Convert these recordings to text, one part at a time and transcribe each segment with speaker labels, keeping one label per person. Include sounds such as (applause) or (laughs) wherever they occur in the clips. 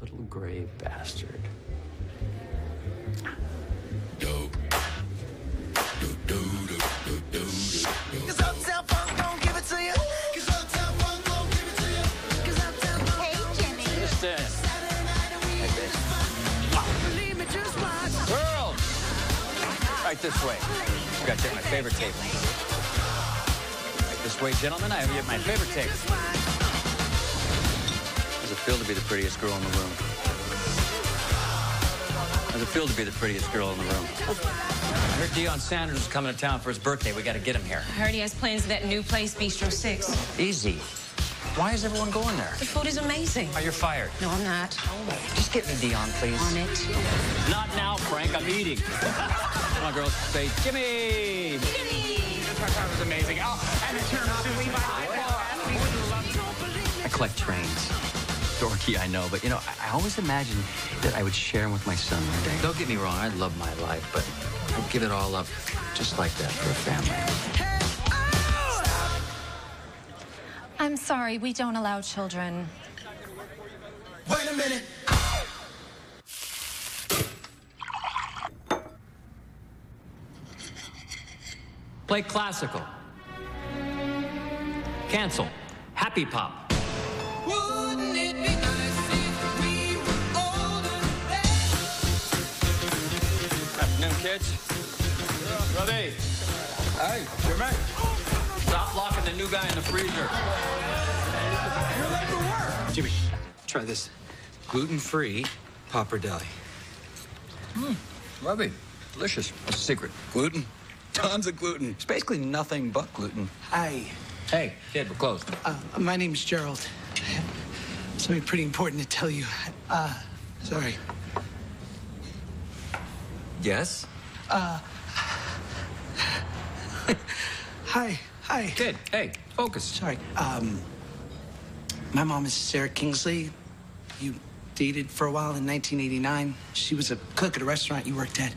Speaker 1: little gray bastard.
Speaker 2: Cause Uptown Funk gon' give it to you. Cause Uptown Funk gon' give it to you. Cause Uptown Funk
Speaker 3: Hey,
Speaker 2: gon' give
Speaker 3: Jimmy.
Speaker 2: it to you. Saturday night and we in the spot. Believe me, just watch.
Speaker 4: Girls! Right this way. You got to at my favorite table. Right this way, gentlemen. I have you at my favorite table.
Speaker 2: Just watch.
Speaker 4: How's it feel to be the prettiest girl in the room? How's it feel to be the prettiest girl in the room? I heard Deion Sanders is coming to town for his birthday. We got to get him here.
Speaker 5: I heard he has plans at that new place, Bistro 6.
Speaker 4: Easy. Why is everyone going there?
Speaker 5: The food is amazing.
Speaker 4: Oh, you're fired.
Speaker 5: No, I'm not.
Speaker 4: Just get me Dion, please.
Speaker 5: On it.
Speaker 4: Not now, Frank. I'm eating. (laughs) Come on, girls. Say, Jimmy. I collect trains. Dorky, I know, but you know, I, I always imagined that I would share them with my son one day. Don't get me wrong, I love my life, but I'd give it all up just like that for a family.
Speaker 2: Hey, oh!
Speaker 3: I'm sorry, we don't allow children.
Speaker 2: Wait a minute.
Speaker 4: Play classical. Cancel. Happy pop.
Speaker 2: Wouldn't it be nice if we were older?
Speaker 3: (laughs)
Speaker 4: Afternoon, kids. Ready? Hey, Jimmy. Stop locking the new guy in the freezer.
Speaker 6: Jimmy, try this gluten-free pappardelle.
Speaker 4: Hmm. Ruby, delicious. What's the secret? Gluten.
Speaker 6: Tons of gluten.
Speaker 4: It's basically nothing but gluten.
Speaker 7: Hi,
Speaker 4: Hey, kid, we're closed.
Speaker 7: uh, my name's Gerald. I have something pretty important to tell you. Uh, sorry.
Speaker 6: Yes?
Speaker 7: Hi, hi.
Speaker 4: Kid, hey, focus.
Speaker 7: Sorry. Um, my mom is Sarah Kingsley. You dated for a while in 1989. She was a cook at a restaurant you worked at.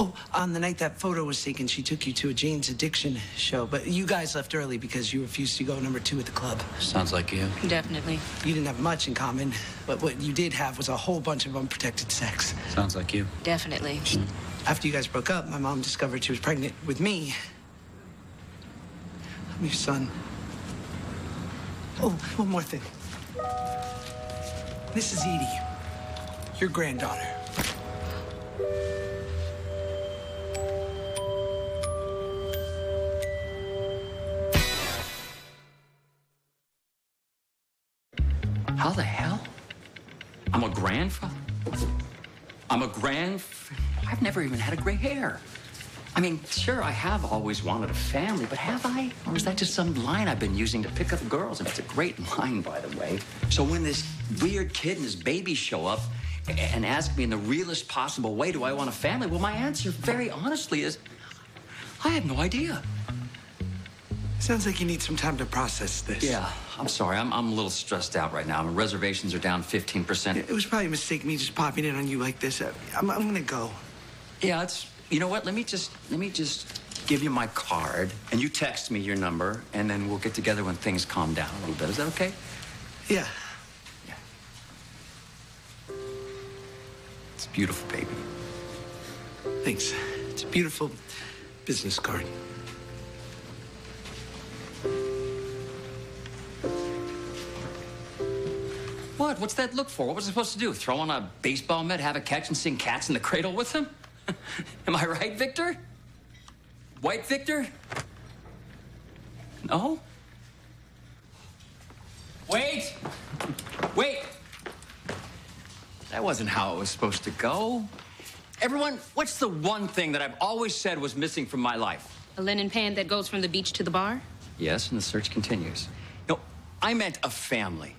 Speaker 7: Oh, on the night that photo was taken, she took you to a Jane's Addiction show, but you guys left early because you refused to go number two at the club.
Speaker 4: Sounds like you.
Speaker 5: Definitely.
Speaker 7: You didn't have much in common, but what you did have was a whole bunch of unprotected sex.
Speaker 4: Sounds like you.
Speaker 5: Definitely.
Speaker 7: After you guys broke up, my mom discovered she was pregnant with me. I'm your son. Oh, one more thing. This is Edie, your granddaughter.
Speaker 4: How the hell? I'm a grandfather? I'm a grandf. I've never even had a gray hair. I mean, sure, I have always wanted a family, but have I? Or is that just some line I've been using to pick up girls? And it's a great line, by the way. So when this weird kid and his baby show up a- and ask me in the realest possible way, do I want a family? Well, my answer, very honestly, is I have no idea.
Speaker 7: Sounds like you need some time to process this.
Speaker 4: Yeah, I'm sorry. I'm, I'm a little stressed out right now. My reservations are down 15%.
Speaker 7: It was probably a mistake me just popping in on you like this. I- I'm, I'm gonna go.
Speaker 4: Yeah, it's. You know what? Let me just let me just give you my card, and you text me your number, and then we'll get together when things calm down a little bit. Is that okay?
Speaker 7: Yeah.
Speaker 4: Yeah. It's beautiful, baby.
Speaker 7: Thanks. It's a beautiful business card.
Speaker 4: What? What's that look for? What was I supposed to do? Throw on a baseball mitt, have a catch, and sing "Cats in the Cradle" with them? (laughs) Am I right, Victor? White Victor? No. Wait! Wait! That wasn't how it was supposed to go. Everyone, what's the one thing that I've always said was missing from my life?
Speaker 5: A linen pan that goes from the beach to the bar?
Speaker 4: Yes, and the search continues. No, I meant a family.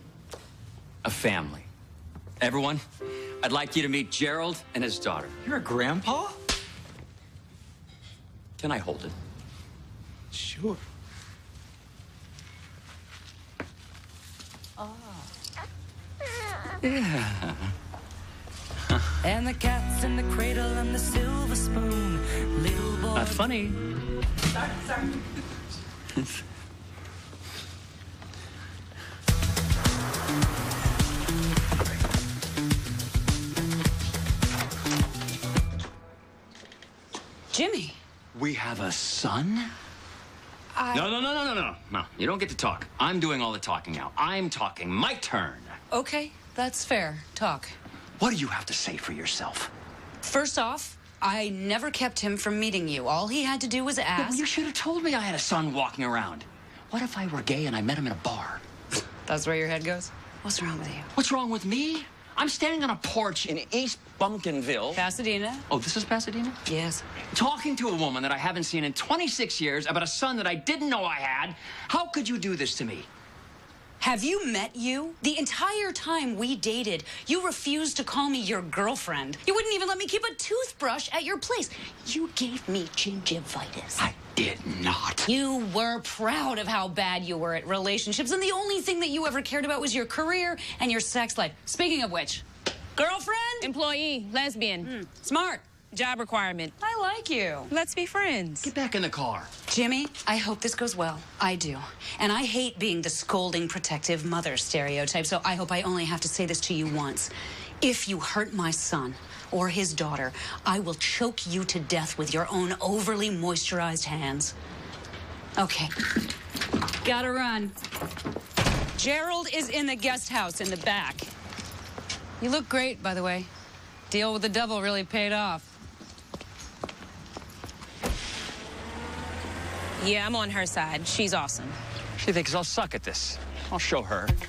Speaker 4: A family. Everyone, I'd like you to meet Gerald and his daughter.
Speaker 6: You're a grandpa?
Speaker 4: Can I hold it?
Speaker 7: Sure.
Speaker 8: And the cat's in the cradle and the silver spoon. Little boy.
Speaker 4: Not funny.
Speaker 5: Jimmy.
Speaker 4: We have a son?
Speaker 3: I-
Speaker 4: No, no, no, no, no, no. No, you don't get to talk. I'm doing all the talking now. I'm talking. My turn.
Speaker 1: Okay, that's fair. Talk.
Speaker 4: What do you have to say for yourself?
Speaker 1: First off, I never kept him from meeting you. All he had to do was ask.
Speaker 4: You should have told me I had a son walking around. What if I were gay and I met him in a bar?
Speaker 1: That's where your head goes? What's wrong with you?
Speaker 4: What's wrong with me? I'm standing on a porch in East Bumpkinville.
Speaker 1: Pasadena?
Speaker 4: Oh, this is Pasadena?
Speaker 1: Yes.
Speaker 4: Talking to a woman that I haven't seen in 26 years about a son that I didn't know I had. How could you do this to me?
Speaker 1: Have you met you? The entire time we dated, you refused to call me your girlfriend. You wouldn't even let me keep a toothbrush at your place. You gave me gingivitis.
Speaker 4: I did not.
Speaker 1: You were proud of how bad you were at relationships, and the only thing that you ever cared about was your career and your sex life. Speaking of which, girlfriend?
Speaker 5: Employee, lesbian.
Speaker 1: Hmm. Smart.
Speaker 5: Job requirement.
Speaker 1: I like you.
Speaker 5: Let's be friends.
Speaker 4: Get back in the car.
Speaker 1: Jimmy, I hope this goes well. I do. And I hate being the scolding, protective mother stereotype, so I hope I only have to say this to you once. If you hurt my son or his daughter, I will choke you to death with your own overly moisturized hands. Okay. Gotta run. Gerald is in the guest house in the back. You look great, by the way. Deal with the devil really paid off.
Speaker 5: Yeah, I'm on her side. She's awesome.
Speaker 4: She thinks I'll suck at this. I'll show her.
Speaker 8: Get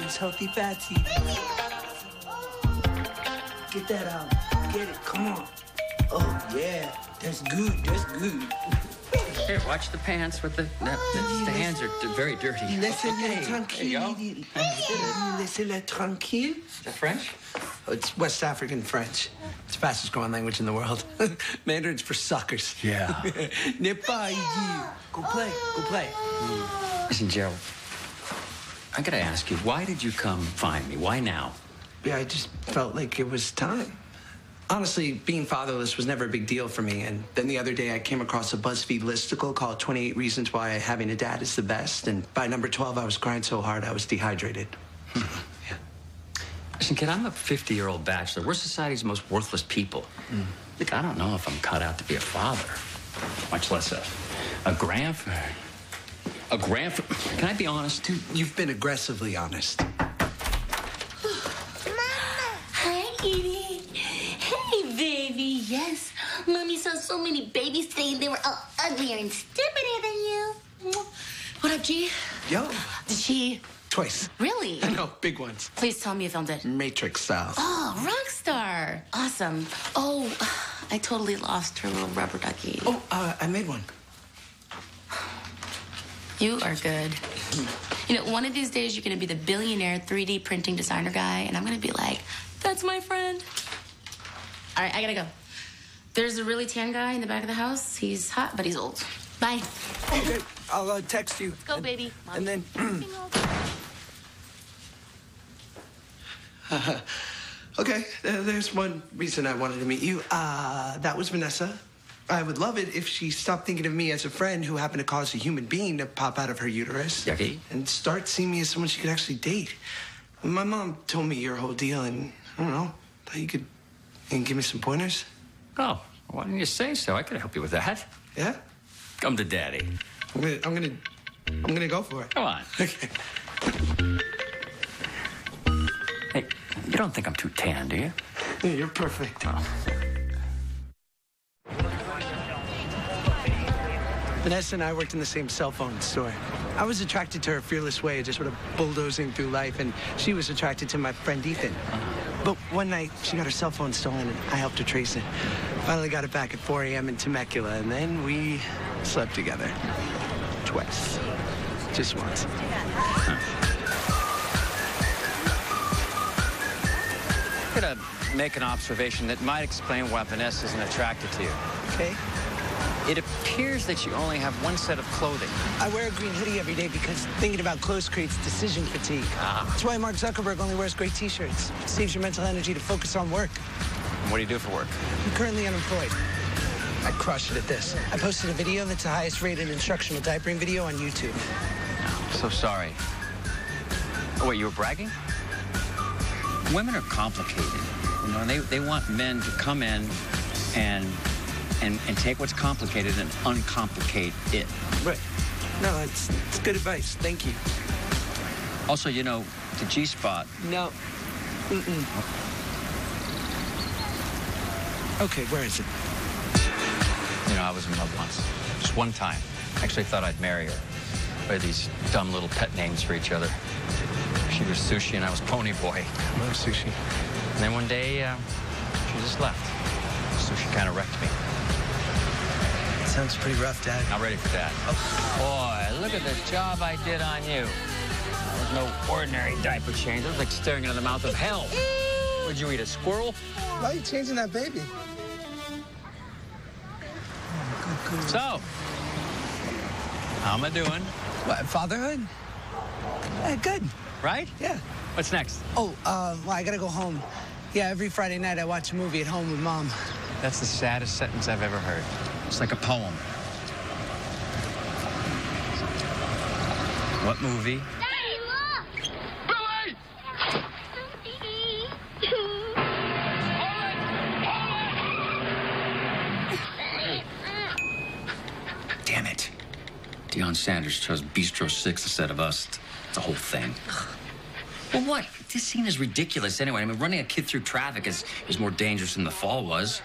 Speaker 8: these healthy fats. Get that out. Get it. Come on. Oh yeah, that's good. That's good.
Speaker 4: Here, watch the pants with the. The, the- the hands are d- very dirty.
Speaker 8: Laissez-les
Speaker 4: you go.
Speaker 8: tranquilles. Laissez-les tranquilles.
Speaker 4: French?
Speaker 7: Oh, It's West African French. It's the fastest growing language in the world. (laughs) Mandarin's for suckers. (laughs)
Speaker 4: Yeah.
Speaker 7: N'est pas idiot. Go play. Go play.
Speaker 4: Listen, Gerald. I gotta ask you, why did you come find me? Why now?
Speaker 7: Yeah, I just felt like it was time. Honestly, being fatherless was never a big deal for me. And then the other day, I came across a BuzzFeed listicle called 28 Reasons Why Having a Dad is the Best. And by number 12, I was crying so hard I was dehydrated. Hmm.
Speaker 4: Listen, kid, I'm a 50 year old bachelor. We're society's most worthless people. Look, I don't know if I'm cut out to be a father, much less a, a grandfather. A grandfather. Can I be honest, too?
Speaker 7: You've been aggressively honest.
Speaker 9: Hi, Edie. Hey, baby. Yes, mommy saw so many babies saying they were all uglier and stupider than you. Mwah. What up, G?
Speaker 7: Yo,
Speaker 9: Did she
Speaker 7: twice.
Speaker 9: really?
Speaker 7: (laughs) No, big ones.
Speaker 9: Please tell me you filmed it.
Speaker 7: Matrix style.
Speaker 9: Oh, rock star. Awesome. Oh, I totally lost her little rubber ducky.
Speaker 7: Oh, uh, I made one.
Speaker 9: You are good. You know, one of these days you're gonna be the billionaire 3D printing designer guy, and I'm gonna be like, that's my friend. All right, I gotta go. There's a really tan guy in the back of the house. He's hot, but he's old. Bye.
Speaker 7: Okay, I'll uh, text you.
Speaker 9: Oh. Go, baby.
Speaker 7: And
Speaker 9: (clears throat)
Speaker 7: then. Okay, uh, there's one reason I wanted to meet you. Uh, that was Vanessa. I would love it if she stopped thinking of me as a friend who happened to cause a human being to pop out of her uterus.
Speaker 4: Yucky.
Speaker 7: And start seeing me as someone she could actually date. My mom told me your whole deal, and I don't know, thought you could and give me some pointers.
Speaker 4: Oh, why didn't you say so? I could help you with that.
Speaker 7: Yeah?
Speaker 4: Come to daddy.
Speaker 7: I'm gonna, I'm gonna, I'm gonna go for it.
Speaker 4: Come on. hey, you don't think I'm too tan, do you?
Speaker 7: Yeah, (laughs) You're perfect. Vanessa and I worked in the same cell phone store. I was attracted to her fearless way, just sort of bulldozing through life, and she was attracted to my friend Ethan. But one night, she got her cell phone stolen, and I helped her trace it. Finally got it back at 4 a.m. in Temecula, and then we slept together. Twice. Just once.
Speaker 10: I'm gonna make an observation that might explain why Vanessa isn't attracted to you.
Speaker 7: Okay?
Speaker 10: It appears that you only have one set of clothing.
Speaker 7: I wear a green hoodie every day because thinking about clothes creates decision fatigue.
Speaker 10: Ah.
Speaker 7: That's why Mark Zuckerberg only wears gray t-shirts. Saves your mental energy to focus on work.
Speaker 10: And What do you do for work?
Speaker 7: I'm currently unemployed. I crushed it at this. I posted a video that's the highest rated instructional diapering video on YouTube.
Speaker 10: So sorry. Oh, wait, you were bragging? Women are complicated. You know, and they, they want men to come in, and and and take what's complicated and uncomplicate it.
Speaker 7: Right. No, it's, it's good advice. Thank you.
Speaker 10: Also, you know, the G spot.
Speaker 7: No. Mm-mm. Okay, where is it?
Speaker 10: You know, I was in love once, just one time. Actually, thought I'd marry her. We had these dumb little pet names for each other. She was sushi, and I was Pony Boy. I love sushi. And then one day, uh, she just left. Sushi kind of wrecked me.
Speaker 7: Sounds pretty rough, Dad.
Speaker 10: Not ready for that.
Speaker 7: Oh,
Speaker 10: Boy, look at the job I did on you. That was no ordinary diaper change. It was like staring into the mouth of hell. Would you eat a squirrel?
Speaker 7: Why are you changing that baby?
Speaker 10: So, how am I doing?
Speaker 7: What, fatherhood? Eh, good.
Speaker 10: Right?
Speaker 7: Yeah.
Speaker 10: What's next?
Speaker 7: Oh, uh, well, I gotta go home. Yeah, every Friday night I watch a movie at home with mom.
Speaker 10: That's the saddest sentence I've ever heard. It's like a poem. What movie? Damn it. Deion Sanders chose Bistro 6 instead of us. It's a whole (sighs) thing. Well, what? This scene is ridiculous anyway. I mean, running a kid through traffic is, is more dangerous than the fall was.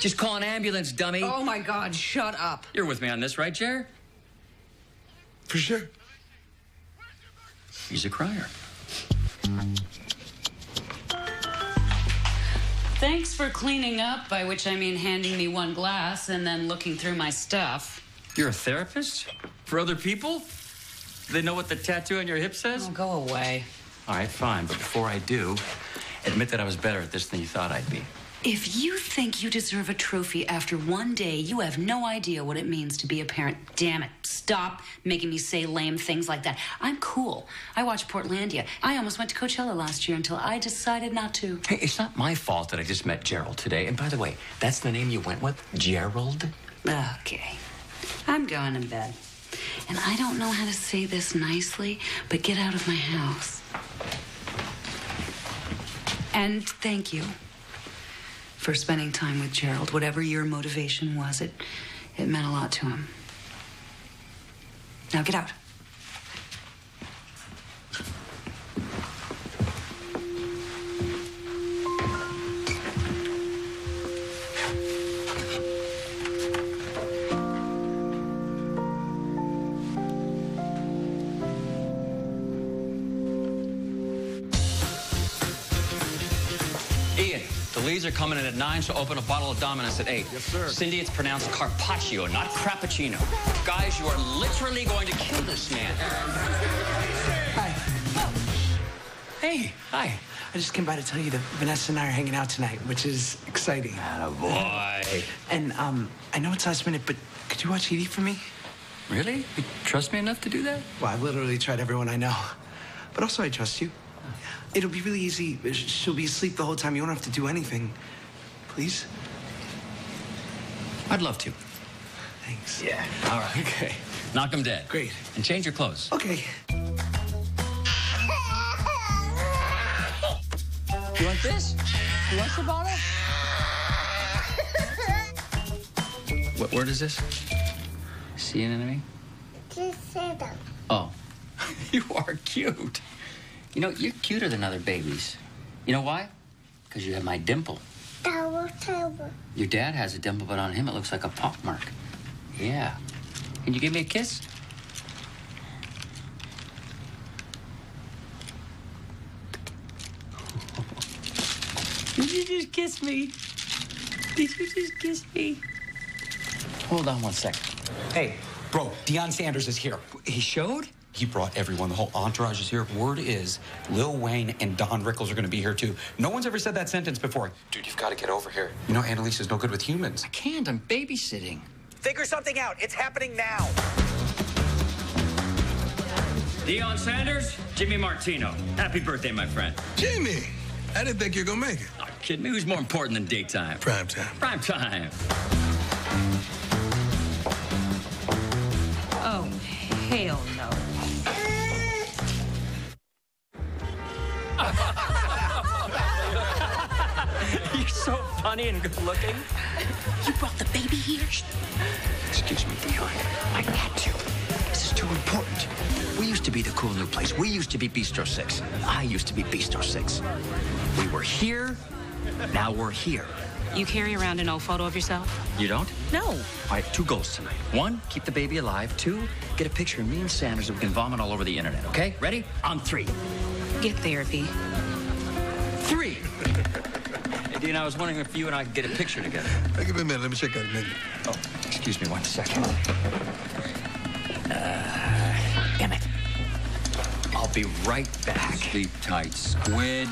Speaker 10: Just call an ambulance, dummy.
Speaker 11: Oh my God, shut up.
Speaker 10: You're with me on this, right, Jer?
Speaker 12: For sure.
Speaker 10: He's a crier.
Speaker 1: Thanks for cleaning up, by which I mean handing me one glass and then looking through my stuff.
Speaker 4: You're a therapist? For other people? Do they know what the tattoo on your hip says?
Speaker 1: go away.
Speaker 4: All right, fine. But before I do, admit that I was better at this than you thought I'd be.
Speaker 1: If you think you deserve a trophy after one day, you have no idea what it means to be a parent. Damn it. Stop making me say lame things like that. I'm cool. I watch Portlandia. I almost went to Coachella last year until I decided not to.
Speaker 4: Hey, it's not my fault that I just met Gerald today. And by the way, that's the name you went with? Gerald?
Speaker 1: Okay. I'm going to bed. And I don't know how to say this nicely, but get out of my house. And thank you for spending time with Gerald. Whatever your motivation was, it, it meant a lot to him. Now get out.
Speaker 10: Ian, the leads are coming in at 9, so open a bottle of Dominus at 8. Yes, sir. Cindy, it's pronounced Carpaccio, not Crappuccino. Guys, you are literally going to kill this man. Hey, hi.
Speaker 7: I just came by to tell you that Vanessa and I are hanging out tonight, which is exciting.
Speaker 10: boy.
Speaker 7: And um, I know it's last minute, but could you watch Edie for me?
Speaker 10: Really? You trust me enough to do that?
Speaker 7: Well, I've literally tried everyone I know, but also I trust you. It'll be really easy. Sh- She'll be asleep the whole time. You won't have to do anything. Please.
Speaker 10: I'd love to.
Speaker 7: Thanks.
Speaker 10: Yeah. All right. Okay. Knock them dead.
Speaker 7: Great.
Speaker 10: And change your clothes.
Speaker 7: Okay.
Speaker 10: You want this? You want the bottle? What word is this? See an enemy? Oh. (laughs) you are cute. You know, you're cuter than other babies. You know why? Because you have my dimple. Your dad has a dimple, but on him it looks like a pop mark. Yeah. Can you give me a kiss? (laughs) Did you just kiss me? Did you just kiss me? Hold on one second.
Speaker 6: Hey, bro, Deion Sanders is here.
Speaker 10: He showed?
Speaker 6: He brought everyone. The whole entourage is here. Word is Lil Wayne and Don Rickles are going to be here too. No one's ever said that sentence before. Dude, you've got to get over here. You know, Annalise is no good with humans. I
Speaker 10: can't. I'm babysitting.
Speaker 2: Figure something out. It's happening now.
Speaker 4: Deion Sanders, Jimmy Martino. Happy birthday, my friend.
Speaker 12: Jimmy, I didn't think you were gonna make it.
Speaker 4: Oh, kid me, who's more important than daytime?
Speaker 12: Prime time.
Speaker 4: Prime time.
Speaker 11: Oh, hell no.
Speaker 4: You're so funny and good looking.
Speaker 9: You brought the baby here?
Speaker 13: Excuse me, Dion. I had to. This is too important. We used to be the cool new place. We used to be Bistro 6. I used to be Bistro 6. We were here. Now we're here.
Speaker 5: You carry around an old photo of yourself?
Speaker 13: You don't?
Speaker 5: No.
Speaker 13: All right, two goals tonight. One, keep the baby alive. Two, get a picture of me and Sanders that we can vomit all over the internet, okay? Ready? On three.
Speaker 5: Get therapy.
Speaker 13: (laughs) Three.
Speaker 4: Hey, Dean, I was wondering if you and I could get a picture together.
Speaker 12: Hey, give me a minute. Let me check out a minute.
Speaker 4: Oh, excuse me one second. Uh,
Speaker 13: Damn it.
Speaker 4: I'll be right back.
Speaker 10: Sleep tight squid.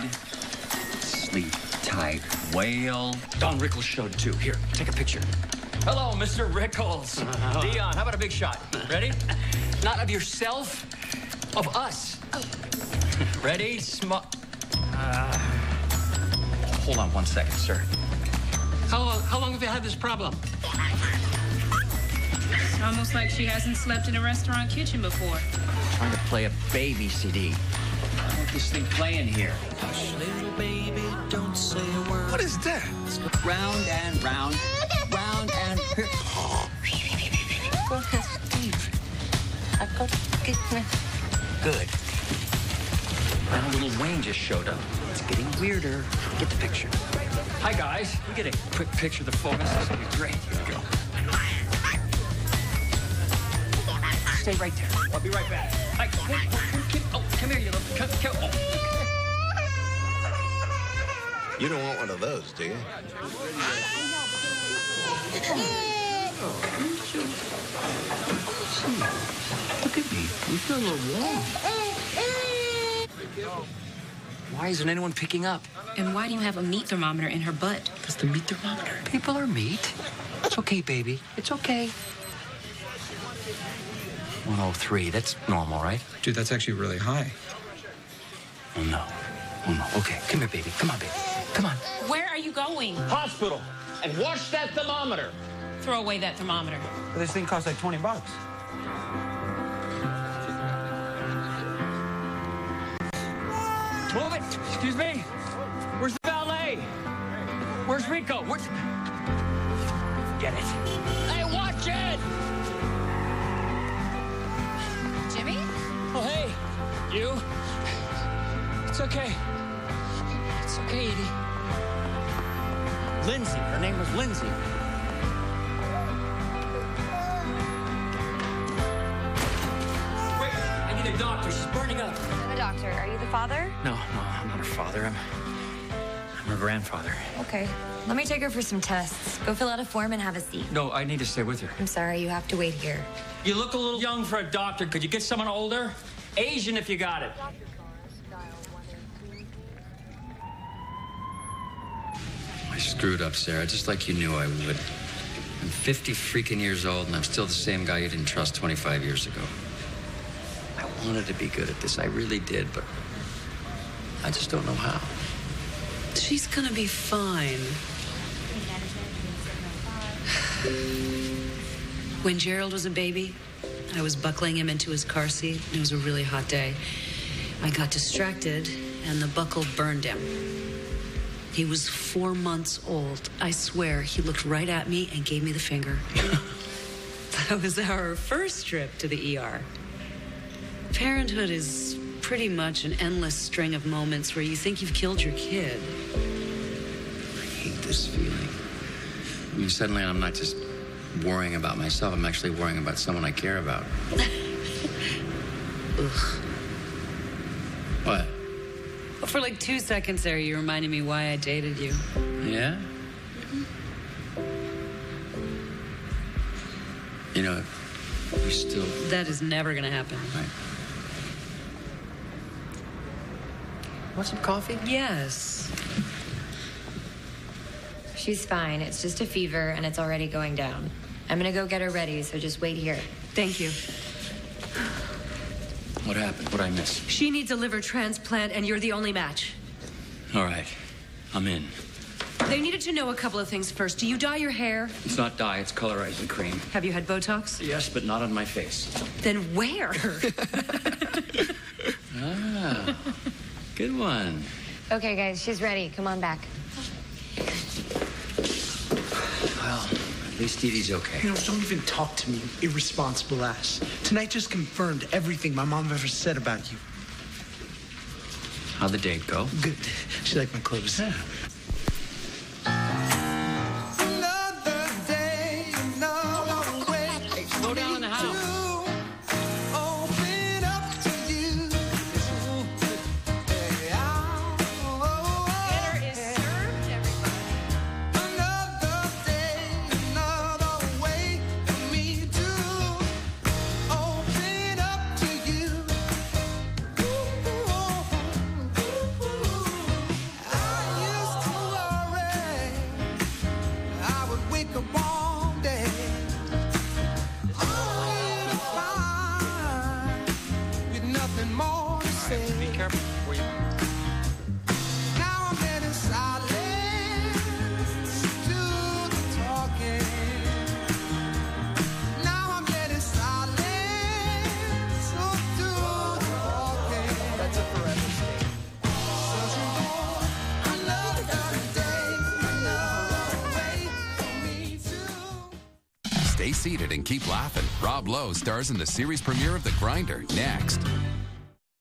Speaker 10: Sleep tight whale.
Speaker 13: Don Rickles showed two. Here, take a picture.
Speaker 4: Hello, Mr. (laughs) Rickles. Dion, how about a big shot? Ready? Not of yourself, of (laughs) us. Ready? Sm- uh,
Speaker 10: Hold on one second, sir.
Speaker 4: how, how long have you had this problem?
Speaker 5: It's almost like she hasn't slept in a restaurant kitchen before.
Speaker 10: Trying to play a baby CD. I want this thing playing here.
Speaker 2: Little baby, don't say a word.
Speaker 12: What is that?
Speaker 10: Round and round, round and.
Speaker 2: Go ahead, Steve. I've got to get my...
Speaker 13: Good. Now little Wayne just showed up. It's getting weirder. Get the picture.
Speaker 4: Hi, guys. We get a quick picture of the four of us. This is going to be great. Here we go.
Speaker 13: Stay right there.
Speaker 4: I'll be right back. Hi, wait, wait, wait, come- oh, come here, you little. Come, come, oh.
Speaker 14: You don't want one of those, do you?
Speaker 13: Look at me. You feel a little warm. Why isn't anyone picking up?
Speaker 5: And why do you have a meat thermometer in her butt?
Speaker 13: It's the meat thermometer. People are meat. It's okay, baby. It's okay. 103. That's normal, right?
Speaker 6: Dude, that's actually really high.
Speaker 13: Oh, no. Oh, no. Okay. Come here, baby. Come on, baby. Come on.
Speaker 5: Where are you going?
Speaker 4: Hospital. And watch that thermometer.
Speaker 5: Throw away that thermometer.
Speaker 6: This thing costs like 20 bucks.
Speaker 4: Move it. Excuse me. Where's the valet? Where's Rico? Where's. Get it. Hey, watch it!
Speaker 3: Jimmy?
Speaker 4: Oh, hey. You. It's okay. It's okay, Edie. Lindsay. Her name was Lindsay. Wait, I need a doctor. She's burning up.
Speaker 15: I'm a doctor. Are you the father?
Speaker 4: No, no, I'm not her father. I'm, I'm her grandfather.
Speaker 15: Okay. Let me take her for some tests. Go fill out a form and have a seat.
Speaker 4: No, I need to stay with her.
Speaker 15: I'm sorry, you have to wait here.
Speaker 4: You look a little young for a doctor. Could you get someone older? Asian if you got it.
Speaker 10: I screwed up, Sarah, just like you knew I would. I'm 50 freaking years old, and I'm still the same guy you didn't trust 25 years ago. I wanted to be good at this, I really did, but I just don't know how.
Speaker 11: She's gonna be fine.
Speaker 1: When Gerald was a baby, I was buckling him into his car seat. It was a really hot day. I got distracted, and the buckle burned him. He was four months old. I swear, he looked right at me and gave me the finger. (laughs) that was our first trip to the ER. Parenthood is pretty much an endless string of moments where you think you've killed your kid.
Speaker 10: I hate this feeling. I mean, suddenly I'm not just worrying about myself, I'm actually worrying about someone I care about.
Speaker 1: Ugh.
Speaker 10: What?
Speaker 1: Well, for like two seconds there, you reminded me why I dated you.
Speaker 10: Yeah? You know, you still.
Speaker 1: That is never gonna happen.
Speaker 10: Want some coffee?
Speaker 1: Yes.
Speaker 15: She's fine. It's just a fever and it's already going down. I'm gonna go get her ready, so just wait here.
Speaker 1: Thank you.
Speaker 10: What happened? What I miss?
Speaker 16: She needs a liver transplant, and you're the only match.
Speaker 10: All right, I'm in.
Speaker 16: They needed to know a couple of things first. Do you dye your hair?
Speaker 10: It's not dye, it's colorizing cream.
Speaker 16: Have you had Botox?
Speaker 10: Yes, but not on my face.
Speaker 16: Then where?
Speaker 10: Ah, good one.
Speaker 15: Okay, guys, she's ready. Come on back.
Speaker 10: least Dee Dee's okay.
Speaker 7: You know, don't even talk to me, you irresponsible ass. Tonight just confirmed everything my mom ever said about you.
Speaker 10: How'd the date go?
Speaker 7: Good. She liked my clothes.
Speaker 2: Another day, another way. Hey, slow down in the house. Open up to you. Hey, I-
Speaker 5: Dinner is served, everybody.
Speaker 2: Another day, another way for me to open up to you. Ooh, ooh, ooh. I used to worry I would wake up one day only to find with nothing more to say. Be
Speaker 17: careful before you.
Speaker 2: Now I'm in silence to the talking. Now I'm in silence to the talking. That's a forever state. Such a war, another day, another way for me to.
Speaker 4: Stay seated and keep laughing. Rob Lowe stars in the series premiere of The Grinder next.